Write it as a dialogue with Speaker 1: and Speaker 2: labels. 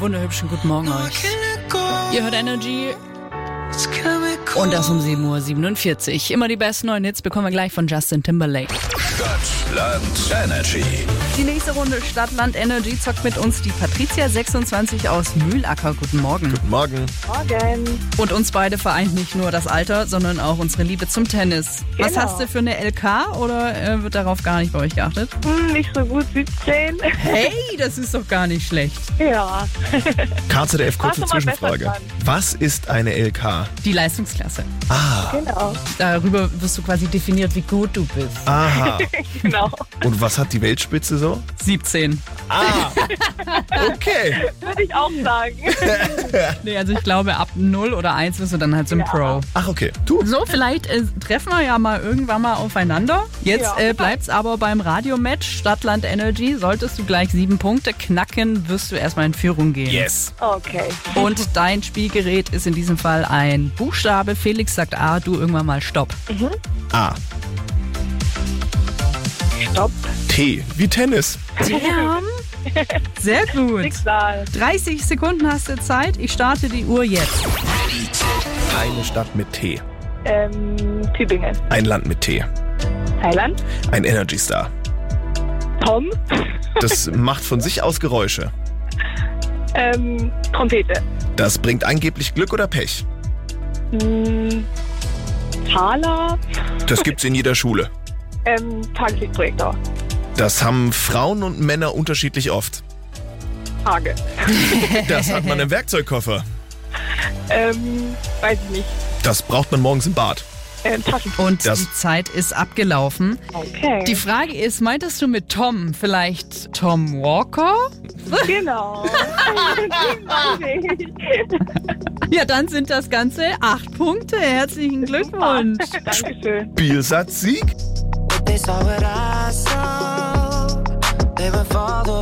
Speaker 1: wunderhübschen guten Morgen euch. Ihr hört Energy. Und das um 7.47 Uhr. Immer die besten neuen Hits bekommen wir gleich von Justin Timberlake.
Speaker 2: Stadtland Energy.
Speaker 1: Die nächste Runde Stadtland Energy zockt mit uns die Patricia 26 aus Mühlacker. Guten Morgen.
Speaker 3: Morgen.
Speaker 4: Morgen.
Speaker 1: Und uns beide vereint nicht nur das Alter, sondern auch unsere Liebe zum Tennis. Was
Speaker 4: Genau.
Speaker 1: hast du für eine LK oder äh, wird darauf gar nicht bei euch geachtet?
Speaker 4: Hm, nicht so gut, 17.
Speaker 1: Hey, das ist doch gar nicht schlecht.
Speaker 4: ja.
Speaker 3: KZDF, kurze
Speaker 4: Warst du mal besser
Speaker 3: Zwischenfrage.
Speaker 4: dran?
Speaker 3: Was ist eine LK?
Speaker 1: Die Leistungsklasse.
Speaker 4: Genau.
Speaker 1: Darüber wirst du quasi definiert, wie gut du bist.
Speaker 3: Aha.
Speaker 4: Genau.
Speaker 3: Und was hat die Weltspitze so?
Speaker 1: 17.
Speaker 3: Ah. Okay.
Speaker 4: Würde ich auch sagen.
Speaker 1: Nee, also ich glaube, ab 0 oder 1 bist du dann halt so ein Pro.
Speaker 3: Ach, okay. Du.
Speaker 1: So, vielleicht äh, treffen wir ja mal irgendwann mal aufeinander. Jetzt
Speaker 4: Ja.
Speaker 1: äh, bleibt's aber beim Radiomatch Stadtland Energy. Solltest du gleich sieben Punkte knacken, wirst du erstmal in Führung gehen.
Speaker 3: Yes.
Speaker 4: Okay.
Speaker 1: Und dein Spielgerät ist in diesem Fall ein Buchstabe. Felix sagt A, du irgendwann mal Stopp.
Speaker 3: A.
Speaker 4: Stopp.
Speaker 3: T. Wie Tennis.
Speaker 1: Damn. Sehr gut.
Speaker 4: Schicksal.
Speaker 1: 30 Sekunden hast du Zeit. Ich starte die Uhr jetzt.
Speaker 3: Eine Stadt mit T.
Speaker 4: Ähm, Tübingen.
Speaker 3: Ein Land mit T.
Speaker 4: Thailand.
Speaker 3: Ein Energy Star.
Speaker 4: Tom.
Speaker 3: Das macht von sich aus Geräusche.
Speaker 4: Ähm, Trompete.
Speaker 3: Das bringt angeblich Glück oder Pech.
Speaker 4: Hm, Thaler.
Speaker 3: Das gibt's in jeder Schule.
Speaker 4: Ähm, Tageslichtprojektor.
Speaker 3: Das haben Frauen und Männer unterschiedlich oft.
Speaker 4: Hage.
Speaker 3: Das hat man im Werkzeugkoffer.
Speaker 4: Ähm, weiß ich nicht.
Speaker 3: Das braucht man morgens im Bad.
Speaker 4: Ähm, Taschen.
Speaker 1: Und
Speaker 3: Das-
Speaker 1: die Zeit ist abgelaufen.
Speaker 4: Okay.
Speaker 1: Die Frage ist, meintest du mit Tom vielleicht Tom Walker?
Speaker 4: genau.
Speaker 1: Ja, dann sind das Ganze acht Punkte. Herzlichen Glückwunsch.
Speaker 4: Dankeschön.
Speaker 3: Biersatzsieg?
Speaker 5: They saw what